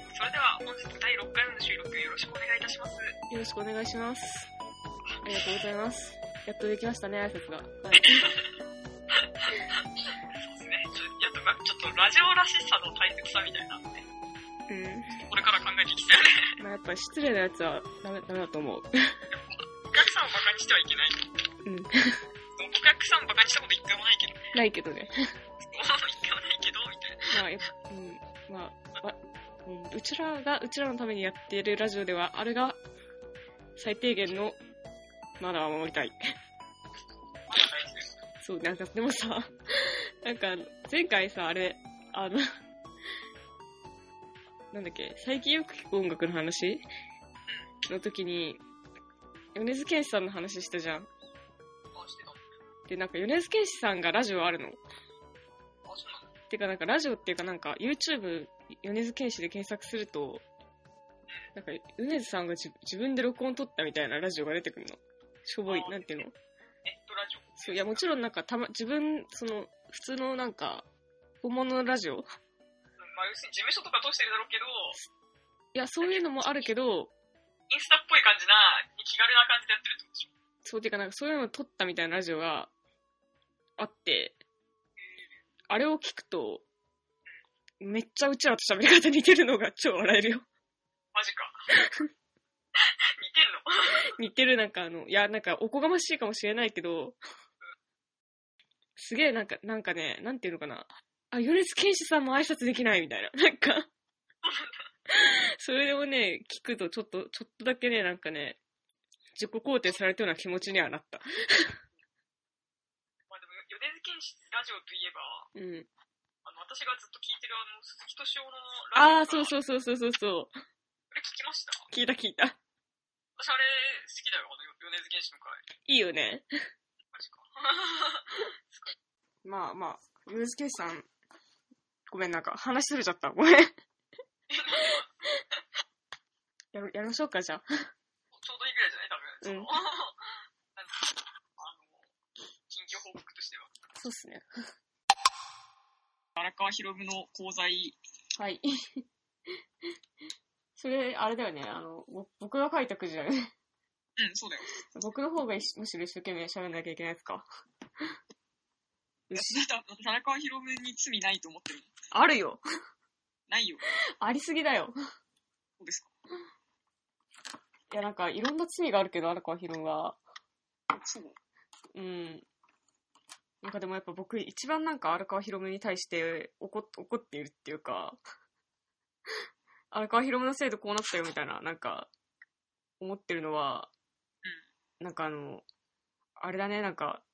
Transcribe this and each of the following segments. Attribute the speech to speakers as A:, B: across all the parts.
A: 本日第6回目の収録よろしくお願いいたします。
B: よろしくお願いします。ありがとうございます。やっとできましたね、挨拶が。は
A: そ
B: い。
A: うですね。ちょやっぱちょっとラジオらしさの大切さみたいなのね、
B: う
A: これから考えていきたいよね。
B: ん。まあやっぱ失礼なやつはダメ、ダメだと思
A: お
B: う。
A: 客さんをバカにしてはいけない。
B: うん。
A: お客さんをバカにしたこと一回もないけど、
B: ないけどね。
A: そう一回もないけど、みたいな。
B: まあ、やっぱうん。まあ、わうん、うちらが、うちらのためにやっているラジオでは、あれが、最低限の、マナーを守りたい。
A: まだないですよ。
B: そう、なんか、でもさ、 なんか、前回さ、あれ、あの、なんだっけ、最近よく聞く音楽の話の時に、米津玄師さんの話したじゃん。
A: あ、してた。あ、
B: で、なんか、米津玄師さんがラジオあるの。
A: そうなの
B: てか、なんか、ラジオっていうか、なんか、YouTube、米津玄師で検索すると、なんか、米津さんが自自分で録音撮ったみたいなラジオが出てくるの。しょぼい
A: あ、ー
B: なんていうの
A: ネットラジオ。
B: そう、いや、もちろんなんか、たま、自分、その、普通のなんか、本物のラジオい
A: まあ、要するに事務所とか通してるだろうけど、
B: や、そういうのもあるけど、
A: インスタっぽい感じな、気軽な感じでやってるってことでしょ。
B: そう、てかなんか、そういうのを撮ったみたいなラジオがあって、あれを聞くと、めっちゃうちらと喋り方似てるのが超笑えるよ。
A: マジか。似てんの
B: 似てる、なんかあの、いや、なんか、おこがましいかもしれないけど、すげえ、なんか、なんかね、なんていうのかな。あ、米津玄師さんも挨拶できないみたいな。 なんか、それをね、聞くと、ちょっと、ちょっとだけね、なんかね、自己肯定されたような気持ちにはなった。
A: まあでも、米津玄師ラジオといえば、
B: うん。
A: あの、私がずっと聞いてるあの、鈴木敏夫の
B: あ
A: ラ
B: あ、
A: ジ
B: そ
A: オ
B: うそうそうそうそうそう。
A: これ聞きました
B: 聞いた聞いた。
A: 私あれ、好きだよ、あの、米津玄師の回。
B: いいよね。
A: マジか。
B: まあまあ、米津玄師さん、ごめん、なんか、話ずれちゃった。ごめん。 やるやりましょうか、じゃあ。
A: ちょうどいいぐらいじゃない多分。その
B: うん
A: なんかあの、 近況報告としては。
B: そうっすね。
A: 荒川博文の講座い
B: はい。 それ、あれだよね。あの、ぼ僕が書いたくじだよね。
A: うん、そうだよ。
B: 僕の方がいしむしろ一生懸命喋んなきゃいけないやつか。
A: 私だって荒川博文に罪ないと思ってる。
B: あるよ。
A: ないよ。
B: ありすぎだよ。
A: そうですか。
B: いや、なんか、いろんな罪があるけど、荒川ひろむは。
A: そう。
B: うん。なんかでもやっぱ僕、一番なんか荒川ひろむに対して怒っ怒っているっていうか、荒川ひろむのせいでこうなったよみたいな、なんか、思ってるのは、なんかあの、あれだね、なんか、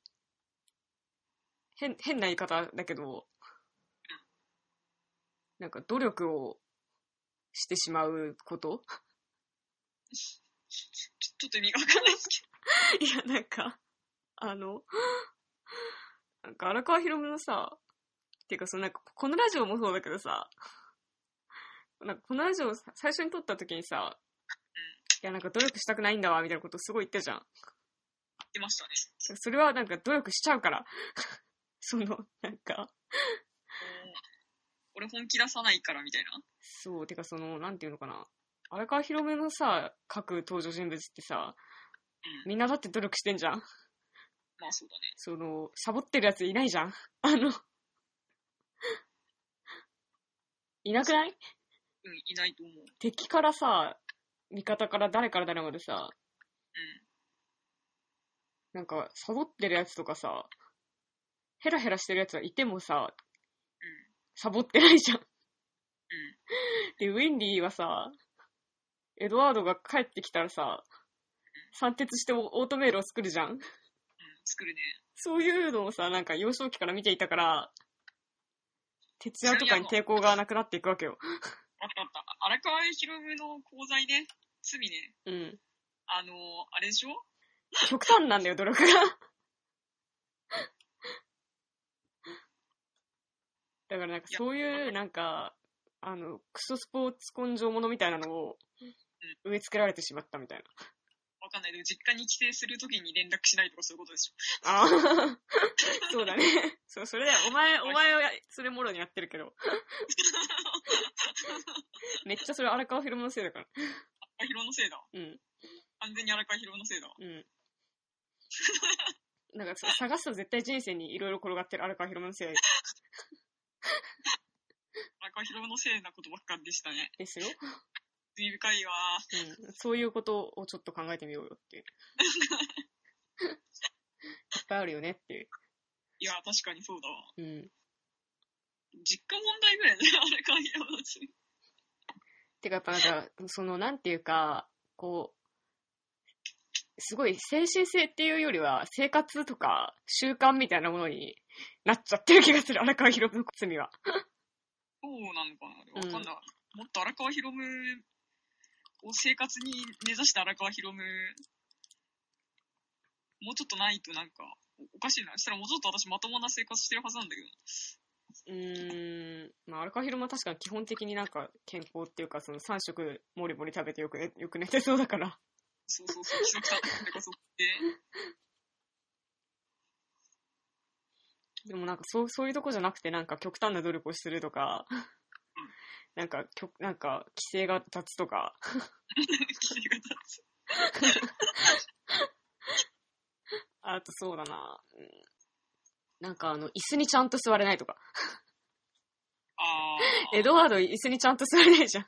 B: 変、変な言い方だけど、なんか努力をしてしまうこと
A: ちょちょっと意味がわかんないですけど。
B: いや、なんか、あの、なんか荒川博文のさ、ていうか、そのなんか、このラジオもそうだけどさ、なんかこのラジオをさ最初に撮った時にさ、いや、なんか努力したくないんだわ、みたいなことすごい言ったじゃん。
A: 言ってましたね。
B: それはなんか努力しちゃうから。 その、なんか、
A: 俺本気出さないからみたいな。
B: そう、てかその、なんていうのかな。荒川博文のさ、各登場人物ってさ、
A: うん。
B: みんなだって努力してんじゃん。
A: まあそうだね。
B: その、サボってるやついないじゃん。 あの、いなくない
A: うん、いないと思う。うん。
B: 敵からさ、味方から誰から誰までさ、なんか、サボってるやつとかさ、ヘラヘラしてるやつはいてもさ、サボってないじゃん。で、ウィンリーはさ、エドワードが帰ってきたらさ、散徹してオートメールを作るじゃ
A: う
B: ん。
A: ん。うん。作るね。
B: そういうのをさ、なんか幼少期から見ていたから、徹夜とかに抵抗がなくなっていくわけよ。
A: あったあった。荒川博夢の功罪ね。罪ね。
B: うん。
A: あのー、あれでしょ
B: 極端なんだよ、努力が。 だからなんかそういう、なんか、あの、クソスポーツ根性ものみたいなのを植え付けられてしまったみたいな。
A: わかんない。でも実家に帰省するときに連絡しないとかそういうことでしょ。
B: ああ、そうだね。そう、それだよ。お前、お前はやそれもろにやってるけど。めっちゃそれ荒川博のせいだから。
A: 荒広のせいだ。
B: うん。
A: 完全に荒川広のせいだ。
B: うん。なんかそ探すと絶対人生にいろいろ転がってる荒川博のせい
A: 荒川広のせいなことばっかりでしたね。
B: ですよ。
A: 罪深いわー。
B: うん。そういうことをちょっと考えてみようよっていう。いっぱいあるよねっていう。
A: いや、確かにそうだわ。
B: うん。
A: 実家問題ぐらいだよ、荒川広のせい。
B: てかやっぱなんか、そのなんていうか、こう、すごい精神性っていうよりは生活とか習慣みたいなものになっちゃってる気がする荒川博文の罪は。
A: そうなのかなわかんない、もっと荒川広夢を生活に根ざした荒川広夢、もうちょっとないとなんか、おおかしいな。そしたらもうちょっと私まともな生活してるはずなんだけど。
B: うーん、まあ、荒川博も確かに基本的になんか健康っていうか、その3食もりもり食べてよく,、ね、よく寝てそうだから。
A: そうそうそう、規則立ってこそって。
B: でもなんかそうそういうとこじゃなくて、なんか極端な努力をするとか、なんか極、なんか規制が立つとか、
A: 規制が立つ。
B: あとそうだな、うんなんかあの、椅子にちゃんと座れないとか。
A: あー。
B: エドワード椅子にちゃんと座れないじゃん。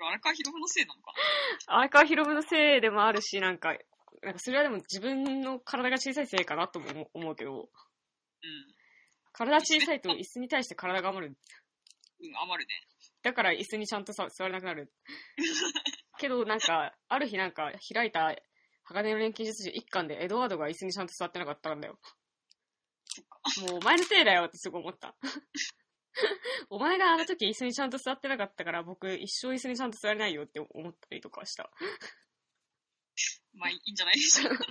A: 荒川博のせいなのかな
B: 荒川博文のせいでもあるし、なんか、なんかそれはでも自分の体が小さいせいかなとも思う思うけど、
A: う
B: 体小さいと椅子に対して体が余る
A: ん。うん、余るね。
B: だから椅子にちゃんとさ座れなくなる。けどなんか、ある日なんか開いた鋼の錬金術師一巻でエドワードが椅子にちゃんと座ってなかったんだよ。もうお前のせいだよってすごい思った。 お前があの時椅子にちゃんと座ってなかったから僕一生椅子にちゃんと座れないよって思ったりとかした。
A: まあ、いいいんじゃないでしょ うか。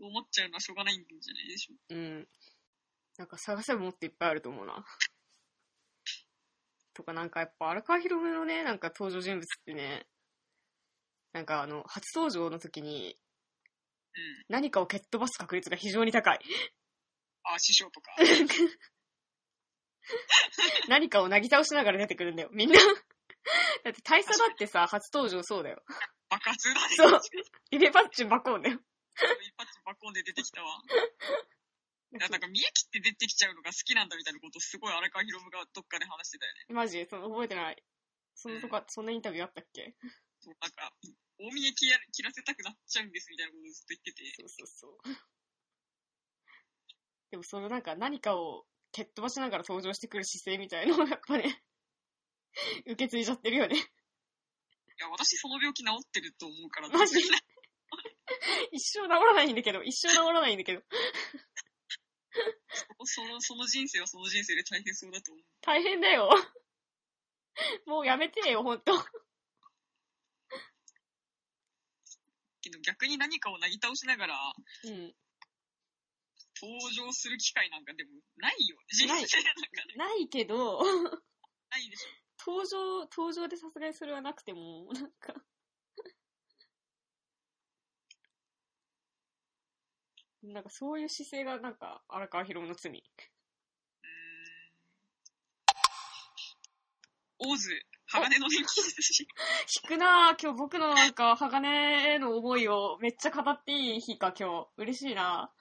A: 思っちゃうのはしょうがないんじゃないでしょうか。
B: うん。なんか探せばもっといっぱいあると思うな。 とかなんかやっぱ荒川博文のね、なんか登場人物ってね、なんかあの、初登場の時に
A: うん。
B: 何かを蹴っ飛ばす確率が非常に高い。
A: あー、師匠とか。
B: 何かをなぎ倒しながら出てくるんだよ、みんな。 だって大佐だってさ、初登場そうだよ。
A: 爆発だね。
B: そうイベパッチンバコンだよ。
A: 一発バコンで出てき たわ。いや、なんか、見え切って出てきちゃうのが好きなんだみたいなこと、すごい荒川博夢がどっかで話してたよね。
B: マジその覚えてない。そんなとこ、そんなインタビューあったっけ
A: そう、なんか、大見え切ら切らせたくなっちゃうんですみたいなことずっと言ってて。
B: そうそうそう。でもそのなんか何かを蹴っ飛ばしながら登場してくる姿勢みたいのをやっぱね、 受け継いじゃってるよね。
A: いや、私その病気治ってると思うから、
B: マジ
A: 全然
B: 一生治らないんだけど、一生治らないんだけど、
A: その、その人生はその人生で大変そうだと思う。
B: 大変だよ。 もうやめてよ、ほんと。
A: けど逆に何かをなぎ倒しながら、
B: うん。
A: 登場する機会なんかでもないよ。人
B: ない
A: 生 なんか
B: ないけど、
A: ないでしょ。
B: 登場、登場でさすがにそれはなくても、なんか、なんかそういう姿勢がなんか荒川博の罪。
A: うーん。オーズ、鋼の錬金術 師。
B: 聞くなぁ、今日僕のなんか、鋼への思いをめっちゃ語っていい日か、今日。嬉しいな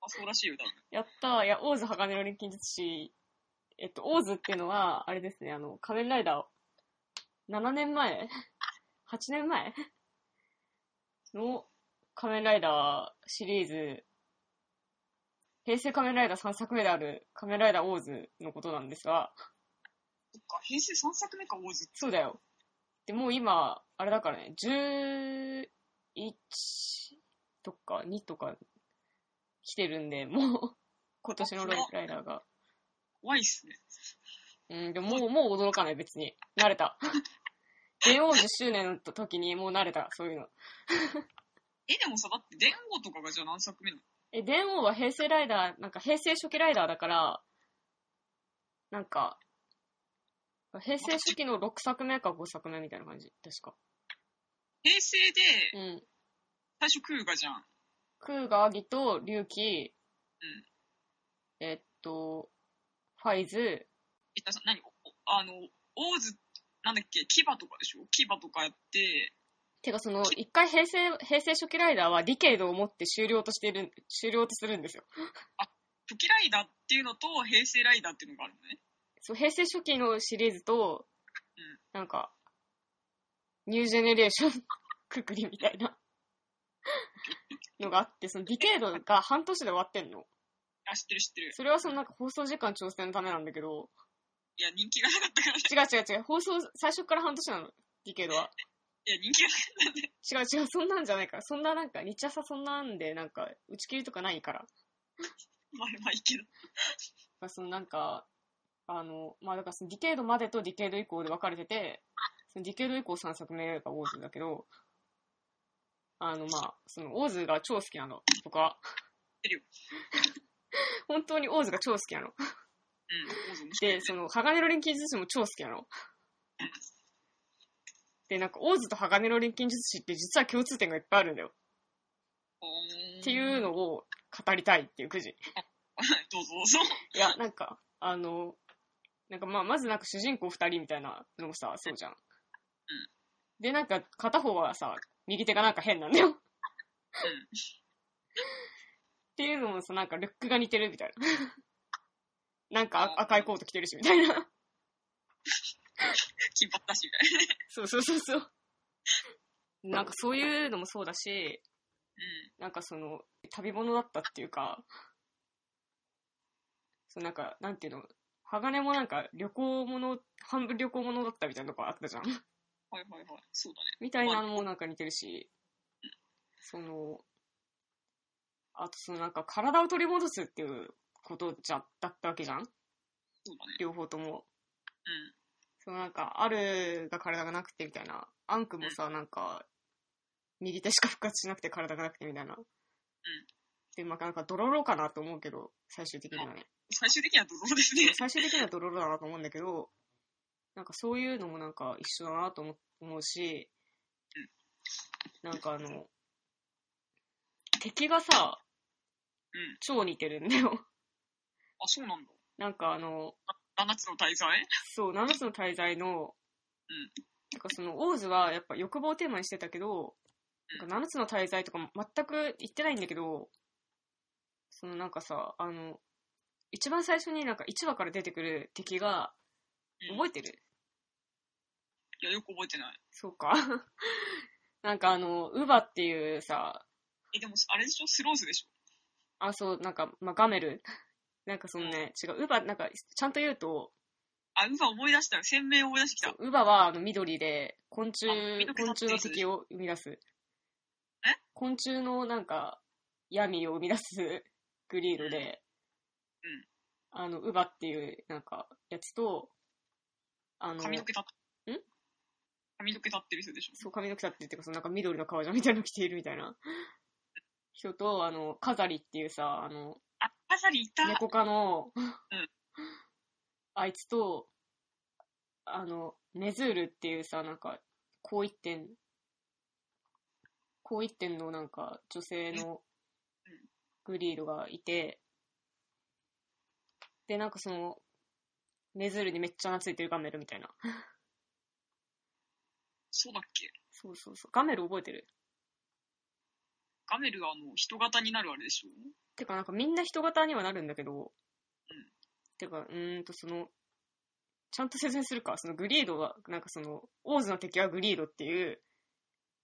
A: あ、そうらしいよ、多分。
B: ぁ。やったーいや、オーズ鋼の錬金術師。えっと、オーズっていうのは、あれですね、あの、仮面ライダー、7年前 ?8 年前の仮面ライダーシリーズ、平成仮面ライダー3作目である仮面ライダーオーズのことなんですが、
A: そっか、平成3作目か、オーズ。
B: そうだよ。で、もう今、あれだからね、11とか2とか来てるんで、もう、今年のライライダーが。
A: 怖いっすね。
B: うん、でももう、もう驚かない、別に。慣れ た。電王10周年の時にもう慣れた、そういうの。
A: え、でもさ、だって、電王とかがじゃあ何作目なの
B: え、電王は平成ライダー、なんか平成初期ライダーだから、なんか、平成初期の6作目か5作目みたいな感じ、確か。
A: 平成で、
B: うん。
A: 最初空ガじゃん。
B: クーガーギと龍騎、
A: うん
B: えっと、ファイズ、
A: え、たさ、何おおああの、オーズ、なんだっけ、牙とかでしょ牙とかやって、
B: てかその、一回平成、平成初期ライダーはディケイドを持って終了としてるん、終了とするんですよ。
A: 時ライダーっていうのと平成ライダーっていうのがあるのね。
B: そう、平成初期のシリーズと
A: うん、
B: なんか、ニュージェネレーション くくりみた いなのがあって、そのディケイドが半年で終わってんの。
A: あ、知ってる知ってる。
B: それはそのなんか放送時間調整のためなんだけど、
A: いや、人気がなかったからね。
B: 違う違う違う、放送最初から半年なの、ディケイドは。
A: いや、人気がなかったんで。
B: 違う違う、そんなんじゃないから。そんななんか、日朝そんなんで、なんか、打ち切りとかないから。
A: まあまあいいけど。
B: まあ、そのなんか、あの、まあだからそのディケードまでとディケード以降で分かれてて、そのディケード以降3作目がオーズだけど、あのまあ、そのオーズが超好きなの、僕は
A: てるよ。
B: 本当にオーズが超好きなの。
A: うん、オーズ面白い
B: で、その、鋼の錬金術師も超好きなの。で、なんか、オーズと鋼の錬金術師って実は共通点がいっぱいあるんだよ。
A: ね。
B: っていうの
A: を。
B: を語りたいっていうくじ。
A: どうぞどうぞ。
B: いや、なんか、あの、なんかまあ、まずなんか主人公二人みたいなのもさ、そうじゃん。で、なんか片方はさ、右手がなんか変なんだよ。っていうのもさ、なんかルックが似てるみたい な。なんかあ赤いコート着てるし、みたいな。
A: 金髪だし、みたいな。
B: そうそうそうそう。なんかそういうのもそうだし、
A: うん。
B: なんかその、旅物だったっていうか、そうなんか、なんていうの、鋼もなんか旅行物、半分旅行物だったみたいなとこあったじゃん。
A: はいはいはい。そうだね。
B: みたいなのもなんか似てるし、その、あとそのなんか体を取り戻すっていうことじゃ、だったわけじゃん
A: そうだね。
B: 両方とも。
A: うん。
B: そのなんか、あるが体がなくてみたいな。アンクもさ、なんか、右手しか復活しなくて体がなくてみたいな。で、まあなんか、ドロロかなと思うけど、最終的にはね。
A: 最終的にはドローですね。
B: 最終的にはドロロだなと思うんだけど、なんかそういうのもなんか一緒だなと思思うし、なんかあの、敵がさ、
A: うん
B: 超似てるんだよ。
A: あ、そうなんだ。
B: なんかあの、
A: 七つの大罪
B: そう、7つの滞在の、
A: うん
B: なんかその、オーズはやっぱ欲望をテーマにしてたけど、
A: うん
B: なんか7つの滞在とか全く言ってないんだけど、そのなんかさ、あの、一番最初になんか1話から出てくる敵が、
A: うん
B: 覚えてる
A: いや、よく覚えてない。
B: そうか。 なんかあの、ウバっていうさ、
A: え、でも、あれでしょスロースでしょ
B: あ、そう、なんか、まあ、ガメル。なんかそのね、違う、ウバ、なんか、ちゃんと言うと、
A: あ、今思い出したよ。鮮明思い出してきた。
B: ウバはあの緑で、昆虫
A: あ緑だ、
B: 昆虫の敵を生み出す。昆虫のなんか、闇を生み出す グリードで、
A: うん
B: あの、ウバっていう、なんか、やつと、あの、
A: 髪の毛立って。
B: ん
A: 髪の毛立ってる人でしょ
B: そう、髪の毛立ってるっていうか、そのなんか緑の革ジャンみたいなの着ているみたいな人と、あの、カザリっていうさ、あの、
A: あ、まさにいた。
B: 猫科の、
A: ん
B: あいつと、あの、メズールっていうさ、なんか、高一点、高一点のなんか、女性の
A: うん
B: グリードがいて、で、なんかその、メズールにめっちゃ懐いてるガメルみたいな。
A: そうだっけ
B: そうそうそう。ガメル覚えてる
A: ガメルはあの、人型になるあれでしょ
B: てかなんかみんな人型にはなるんだけど、
A: うん
B: てか、うーんとその、ちゃんと説明するか、そのグリードは、なんかその、オーズの敵はグリードっていう、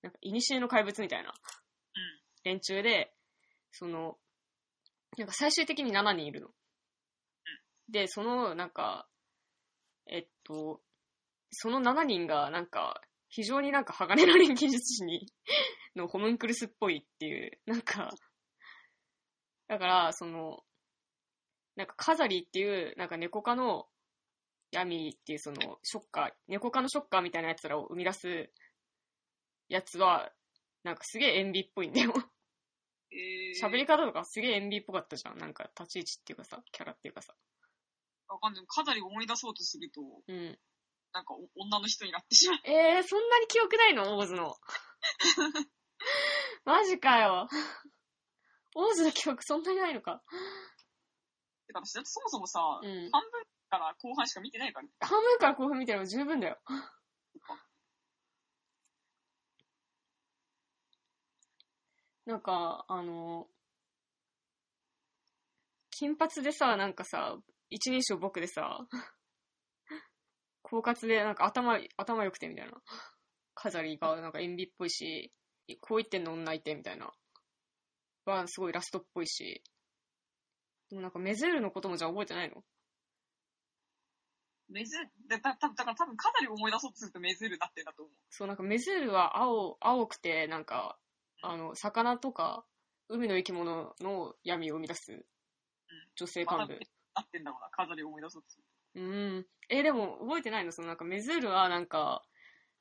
B: なんか、古の怪物みたいな、連中で、その、なんか最終的に7人いるの。で、その、なんか、えっと、その7人が、なんか、非常になんか鋼の錬金術師に、のホムンクルスっぽいっていう、なんか、だから、その、なんかカザリっていう、なんか猫科の闇っていうそのショッカー、猫科のショッカーみたいなやつらを生み出すやつは、なんかすげえ塩ビっぽいんだよ。
A: えー、
B: 喋り方とかすげえ塩ビっぽかったじゃん。なんか立ち位置っていうかさ、キャラっていうかさ。
A: わかんない。かなり思い出そうとすると、
B: うん。
A: なんかお女の人になってしまう。
B: えー、そんなに記憶ないのオーズ の。マジかよ。オーズの記憶そんなにないのか。
A: てか私だってそもそもさ、
B: うん。
A: 半分から後半しか見てないからね。
B: 半分から後半見たら十分だよ。 なんか、あの、金髪でさ、なんかさ、一人称僕でさ、狡猾で、なんか頭、頭良くてみたいな。飾りが、なんか塩ビっぽいし、こう言ってんの女いてみたいな。は、すごいラストっぽいし。でもなんか、メゼールのこともじゃあ覚えてないの
A: メズだ、だ、だだから多分かなり思い出そうとするとメズールになってんだと思う。
B: そう、なんかメゼールは青、青くて、なんか、あの、魚とか、海の生き物の闇を生み出す女性
A: ま
B: 幹
A: た
B: 部。
A: なってんだろうな、かなり思い出そうとする。
B: うん。え、でも覚えてないのそのなんかメズールはなんか、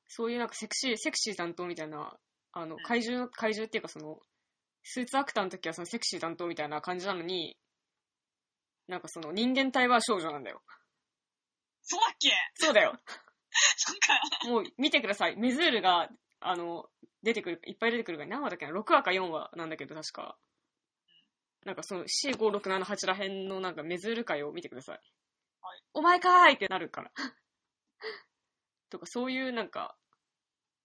B: そういうなんかセクシー、セクシー担当みたいな、あの、
A: ん
B: 怪獣の、怪獣っていうかその、スーツアクターの時はそのセクシー担当みたいな感じなのに、なんかその人間体は少女なん だよ。
A: そうだっけ
B: そうだよ。
A: そっか。
B: もう見てください。メズールが、あの、出てくる、いっぱい出てくるから何話だっけな ?6 話か4話なんだけど確か。なんかその4、5、6、7、8ら辺のなんかメズール会を見てください。
A: はい
B: お前かーいってなるから。 とかそういうなんか、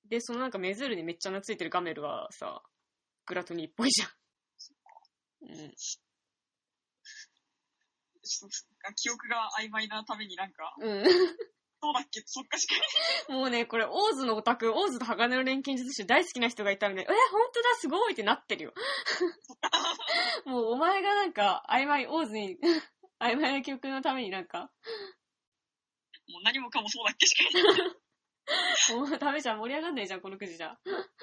B: で、そのなんかメズールにめっちゃ懐いてるガメルはさ、グラトニーっぽいじゃん。うん。
A: ちょっと記憶が曖昧なためになんか、
B: う
A: そうだっけそっかしかに。
B: ん。 もうね、これ、オーズのオタク、オーズと鋼の錬金術師大好きな人がいたんで、え、本当だ、すごいってなってるよ。もうお前がなんか、曖昧、オーズに、曖昧な記憶のためになんか、
A: もう何もかもそうだっけしかに。
B: もう ダメじゃん、盛り上がんないじゃん、このくじじゃ。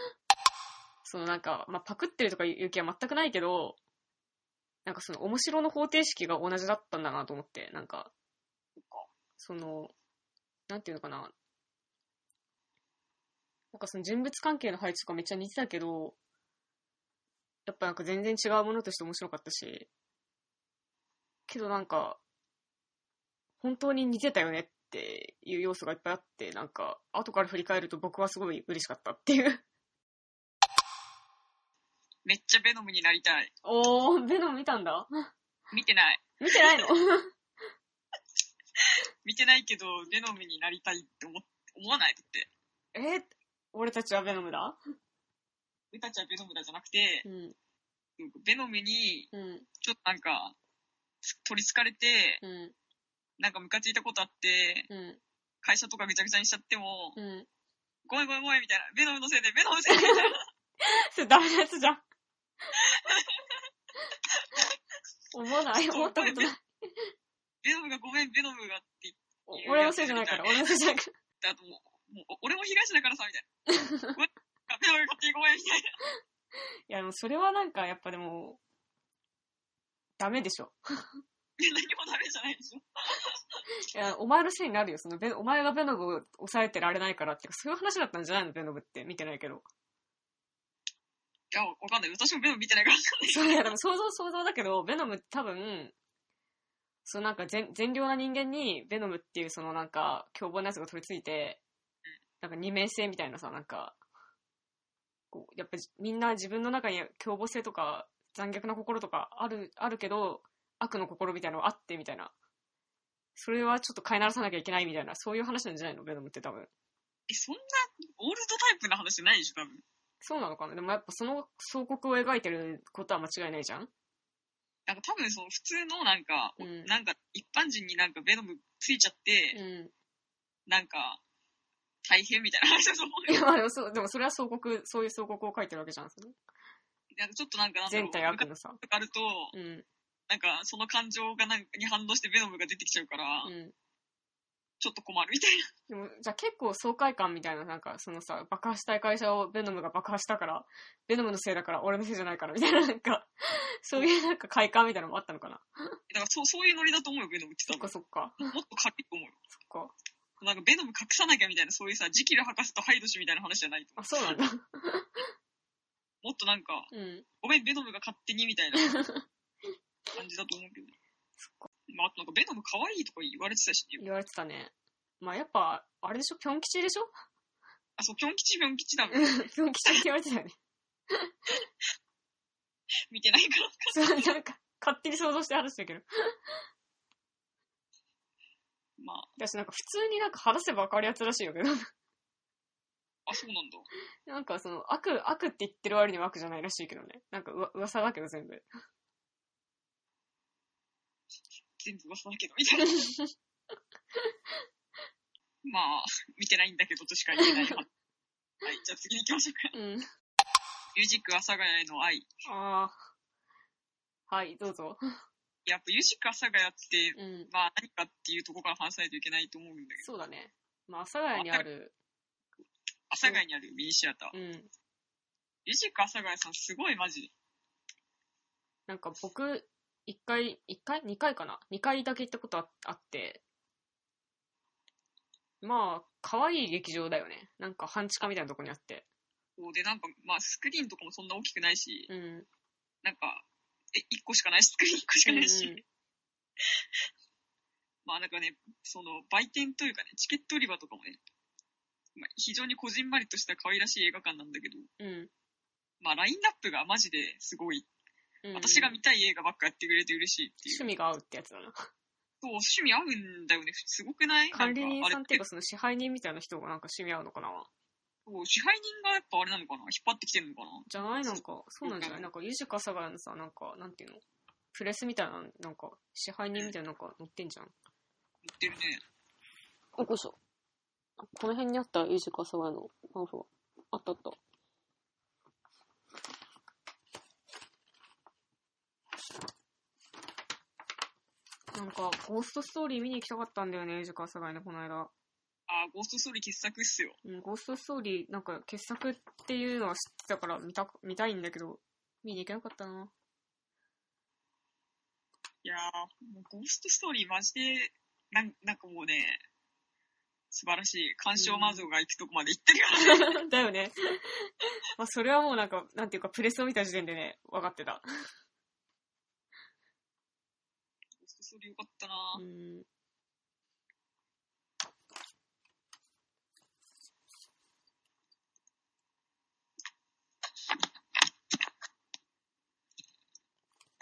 B: そのなんか、まあ、パクってるとかいう気は全くないけど、なんかその面白の方程式が同じだったんだなと思って、なんか、その、なんていうのかな。なんかその人物関係の配置とかめっちゃ似てたけど、やっぱなんか全然違うものとして面白かったし、けどなんか、本当に似てたよねっていう要素がいっぱいあって、なんか、後から振り返ると僕はすごい嬉しかったっていう。
A: めっちゃベノムになりたい。
B: おー、ベノム見たんだ
A: 見てない。
B: 見てないの
A: 見てないけど、ベノムになりたいって思っ思わないだって。
B: え俺たちはベノムだ
A: 俺たちはベノムだじゃなくて
B: う、ん、
A: ベノムに、
B: うん、
A: ちょっとなんか、つ取り憑かれて、
B: うん、
A: なんかムカついたことあって、
B: うん、
A: 会社とかぐちゃぐちゃにしちゃっても、
B: うん。
A: ごめんごめんごめんみたいな、ベノムのせいで、ベノムのせいで、
B: それダメなやつじゃん。思わない思ったことない。
A: ベノムがごめん、ベノムがって言っ
B: お俺のせいじゃないから、俺のせいじゃないか
A: て、あともう、もうお俺も被害者だからさ、みたいな。ごめんベノムが勝手にごめん、みたいな。
B: ら。いや、でもそれはなんか、やっぱでも、ダメでしょ。
A: 何もダメじゃないでしょ。
B: いや、お前のせいになるよ。そのベ、お前がベノブを抑えてられないからってか、そういう話だったんじゃないのベノブって。見てないけど。
A: いや、わかんない。私もベノム見てないから。
B: そういやでも想像想像だけどベノムって多分そのなんか善善良な人間にベノムっていうそのなんか凶暴なやつが取り付いてなんか二面性みたいなさなんかこうやっぱじみんな自分の中に凶暴性とか残虐な心とかあるあるけど悪の心みたいなのがあってみたいなそれはちょっと飼いならさなきゃいけないみたいなそういう話なんじゃないのベノムって多分
A: え、そんな、オールドタイプな話ないでしょ、多分。
B: そうなのかなでもやっぱその相国を描いてることは間違いないじゃん
A: なんか多分その普通のなんか、
B: うん
A: なんか一般人になんかベノムついちゃって、
B: うん
A: なんか、大変みたいな話だと思う
B: いや、
A: よ。
B: まあでもそう、でもそれは相国、そういう相国を書いてるわけじゃん。その
A: なんかちょっとなんかなんだろう
B: 全体悪のさ。
A: ムカつくとかあると、
B: うん。
A: なんかその感情がなんかに反応してベノムが出てきちゃうから、
B: うん。
A: ちょっと困るみたいな。
B: でも、じゃあ結構爽快感みたいな、なんか、そのさ、爆破したい会社をベノムが爆破したから、ベノムのせいだから、俺のせいじゃないから、みたいな、なんか、そういうなんか快感みたいなのもあったのかな。
A: だからそうそういうノリだと思うよ、ベノムって多
B: そっか
A: 分。
B: そっか。
A: もっと軽いと思うよ。
B: そっか。
A: なんかベノム隠さなきゃみたいな、そういうさ、ジキル博士とハイド氏みたいな話じゃないと思
B: あ、そうなんだ。
A: う。もっとなんか、
B: うん。
A: ごめん、ベノムが勝手にみたいな感じだと思うけど。まあ、あとなんかベノム可愛いとか言われてたし、
B: 言われてたね。まあやっぱ、あれでしょピョン吉でしょ
A: あ、そう、ピョン吉、ピョン吉だもん。
B: ピョン吉って言われてた よね。
A: 見てないから。
B: そう、なんか、勝手に想像して話してるけど。
A: まあ、
B: だしなんか普通になんか話せばわかるやつらしいよね。
A: あ、そうなんだ。
B: なんかその、悪、悪って言ってる割には悪じゃないらしいけどね。なんかうわ噂だけど全部。
A: 全部噂だけど、みたいな。まあ、見てないんだけどとしか言えないよ。はい、じゃあ次に行きましょうか。
B: うん。
A: ユージック阿佐ヶ谷への愛。い
B: ああ。はい、どうぞ。
A: や、やっぱユージック阿佐ヶ谷って、
B: うん。
A: まあ何かっていうところから話さないといけないと思うんだけど、
B: そうだね。まあ、阿佐ヶ谷にある、
A: 阿佐ヶ谷にあるミニシアター。
B: う
A: ユ
B: ん。
A: ージック阿佐ヶ谷さんすごいマジ。
B: なんか僕、一回、一回二回かな二回だけ行ったことああって、まあ、可愛い劇場だよね。なんか半地下みたいなとこにあって。
A: こうで、なんか、まあスクリーンとかもそんな大きくないし、
B: うん。
A: なんか、え、1個しかない し、スクリーン1個しかないし、
B: うんうん
A: まあなんかね、その売店というかね、チケット売り場とかもね、まあ、非常にこじんまりとした可愛らしい映画館なんだけど、
B: うん。
A: まあラインナップがマジですごい、
B: うん、
A: 私が見たい映画ばっかやってくれて嬉しいっていう。
B: 趣味が合うってやつだな。
A: そう、趣味合うんだよね。すごくない
B: 管理
A: な
B: 人
A: んか
B: さ
A: あ
B: ん
A: れ
B: っていうか、その支配人みたいな人がなんか趣味合うのかな
A: そう支配人がやっぱあれなのかな引っ張ってきてるのかな
B: じゃないなんか、そうなんじゃな
A: う
B: い
A: ん
B: なんか、ユジカサガヤのさ、なんか、なんていうのプレスみたいな、なんか、支配人みたいななんか載ってんじゃん。
A: 言ってるね。
B: おこそ。この辺にあった、ユジカサガヤのパンフは。あったあった。なんか、ゴーストストーリー見に行きたかったんだよね、ユジカサガヤのこの間。
A: あーゴーストストーリー傑作っすよ。
B: うん、ゴーストストーリー、なんか、傑作っていうのは知ってたから、見た、見たいんだけど、見に行けなかったな。
A: いやー、もうゴーストストーリーマジで、なんなんかもうね、素晴らしい。鑑賞魔像が行くとこまで行ってるよね。
B: だよね。 まあ、それはもうなんか、なんていうか、プレスを見た時点でね、分かってた。
A: ゴーストストーリーよかったな
B: う
A: ー
B: ん。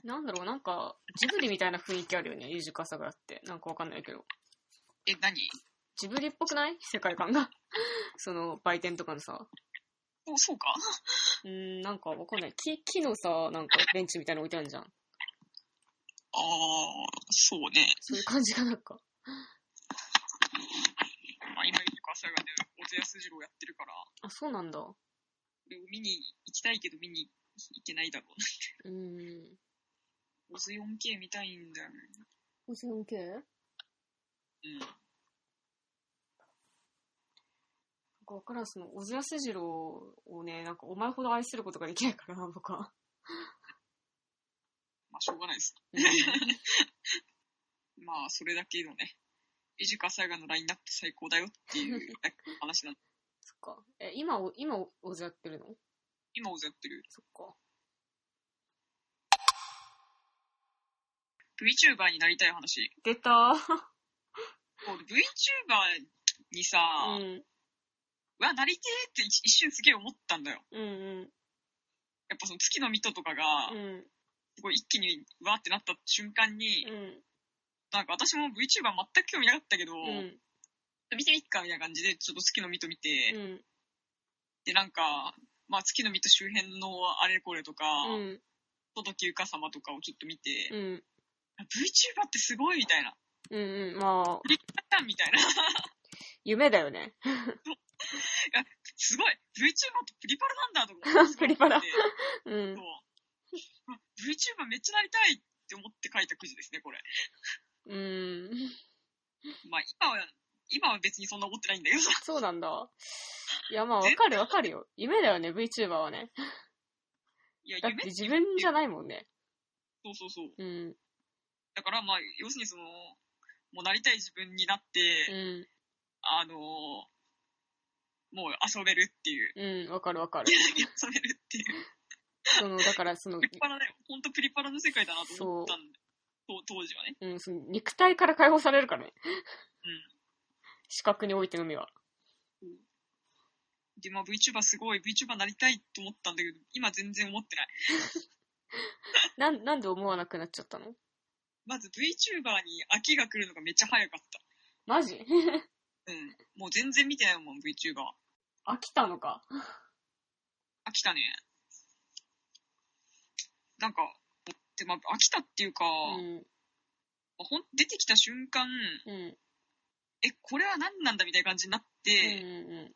B: なんだろう、なんか、ジブリみたいな雰囲気あるよね、ユージカサガヤって。なんかわかんないけど。
A: え、何
B: ジブリっぽくない 世界観が。その、売店とかのさ。
A: そうそうか
B: うん、なんかわかんない。木、木のさ、なんかベンチみたいなの置いてあるじゃん。
A: あー、そうね。
B: そういう感じがなんか。
A: まあ今、ゆりかさがね、小手安二郎やってるから、
B: あ、そうなんだ。
A: でも見に行きたいけど見に行けないだろう。
B: うん。
A: オズ 4K 見たいんだよね。
B: オズ 4K?
A: うん。
B: わからん、その、小津安二郎をね、なんか、お前ほど愛することができないからな、僕は。
A: まあしょうがないです。 まあ、それだけのね、エジカサガのラインナップ最高だよっていう話なんだ。
B: そっか。え、今お、今、小津やってるの
A: 今、オズやってる
B: そっか。
A: VTuber になりたい話。
B: 出た
A: こう VTuber にさ、
B: う。
A: うんわ、なりてーって一一瞬すげえ思ったんだよ。
B: うんうん。
A: やっぱその月の水戸とかが、
B: うん。
A: すごい一気にわーってなった瞬間に、
B: うん。
A: なんか私も VTuber 全く興味なかったけど、
B: うん。
A: 見てみっかみたいな感じで、ちょっと月の水戸見て、
B: うん。
A: で、なんか、まあ月の水戸周辺のあれこれとか、
B: うん。
A: 届きうかさまとかをちょっと見て、
B: うん。
A: あ VTuber ってすごいみたいな。
B: うん。うん。まあ、
A: みたいな。
B: 夢だよね。
A: すごい !VTuber とプリパラなんだとか思って。
B: プリパラ。
A: そううんあ VTuber めっちゃなりたいって思って書いたくじですね、これ。
B: うん。
A: まあ今は、今は別にそんな思ってないんだけどさ。
B: そうなんだ。いや、まあ、わかるわかるよ。夢だよね、VTuber はね。
A: いや、
B: だっ
A: 夢
B: て自分じゃないもんね。
A: そうそうそう。
B: うん。
A: だからまあ、要するにその、もうなりたい自分になって、
B: うん。
A: あのーもう遊べるっていう。
B: うん。わかるわかる。
A: 遊べるっていう。
B: その、だから、その
A: プ、リパラだよ。ほんとプリパラの世界だなと思ったんだと当時はね。
B: うん、その肉体から解放されるからね。
A: うん。
B: 視覚においてのみは。
A: で、まあ VTuber すごい、VTuber なりたいと思ったんだけど、今全然思ってない。
B: なん、なんで思わなくなっちゃったの
A: まず VTuber に飽きが来るのがめっちゃ早かった。
B: マジ
A: うん。もう全然見てないもん、VTuber。
B: 飽きたのか。
A: 飽きたね。なんか、でまあ、飽きたっていうか、
B: うん。
A: まあほん出てきた瞬間、
B: うん。うん
A: え、これは何なんだみたいな感じになっ
B: う
A: て、
B: んうん。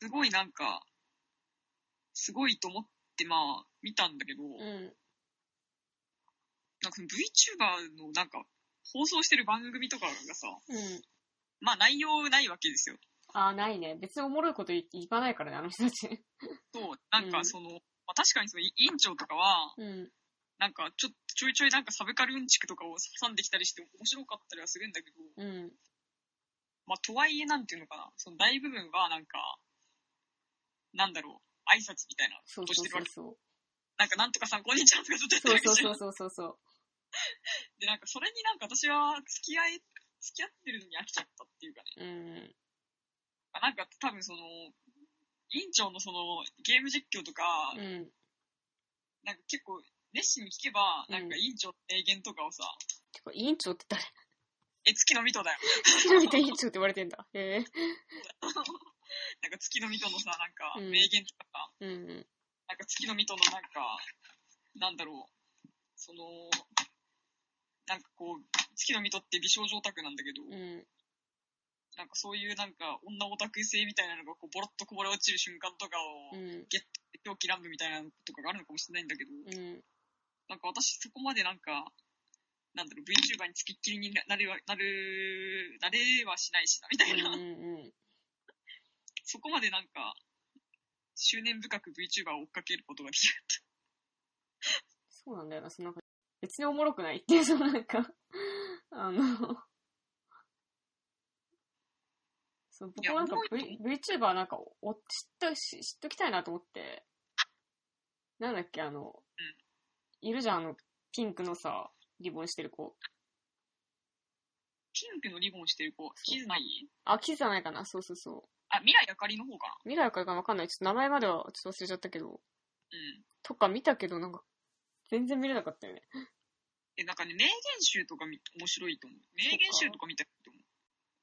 A: すごいなんか、すごいと思って、まあ、見たんだけど、
B: うん。
A: なんか VTuber のなんか、放送してる番組とかがさ、
B: うん。
A: まあ内容ないわけですよ。
B: あー、ないね。別におもろいこと言言わないからね、あの人たち。
A: そう、なん
B: う
A: か
B: ん
A: その、まあ確かにその委員長とかは、
B: うん。
A: なんかちょちょいちょいなんかサブカルうんちくとかを挟んできたりして面白かったりはするんだけど、
B: うん。
A: まあとはいえなんていうのかな、その大部分はなんか、なんだろう、挨拶みたいな、
B: そう
A: と
B: そ
A: し
B: う
A: てるわけ。
B: そう
A: なんかなんとかさん、こんにちはとかちょっとやって
B: そう。
A: る
B: そう
A: わけじゃ
B: そ
A: ん
B: うそうそうそう。
A: で、なんかそれになんか私は付き合い、付き合ってるのに飽きちゃったっていうかね。
B: うん。
A: あなんか多分その、委員長のそのゲーム実況とか、
B: うん。
A: なんか結構熱心に聞けば、
B: うん
A: なんか委員長の名言とかをさ、
B: てか、委員長って誰
A: え、月の水戸だよ。
B: ちなみに委員長って言われてんだ。へ え。
A: なんか月の水戸のさ、なんか
B: うん
A: 名言とかさ、
B: うんうん。
A: なんか月の水戸のなんか、なんだろう、その、なんかこう、月の水戸って美少女オタクなんだけど、
B: うん。
A: なんかそういうなんか女オタク性みたいなのがこうボロッとこぼれ落ちる瞬間とかを、
B: うん。
A: 狂気乱舞みたいなのとかがあるのかもしれないんだけど、
B: うん。
A: なんか私そこまでなんか、なんだろう、VTuber につきっきりにななるわ、なる、なれはしないしな、みたいな。
B: うんうん
A: そこまでなんか、執念深く VTuber を追っかけることができる。
B: そうなんだよな、そのなんか、別におもろくないって、そのなんか、あの、そう僕はなんか
A: いやおも
B: v VTuber なんかお知っとし知っときたいなと思って、なんだっけ、あの、いるじゃん、あの、ピンクのさ、リボンしてる子。
A: ピンクのリボンしてる子、キズナイ
B: あ、キズじゃないかな、そうそうそ
A: あ、未来あかりの方かな
B: う。未来からかわかんない。ちょっと名前まではちょっと忘れちゃったけど、
A: うん。
B: とか見たけど、なんか、全然見れなかったよね。
A: え、なんかね、名言集とかみ面白いと思う。名言集とか見たいと思う。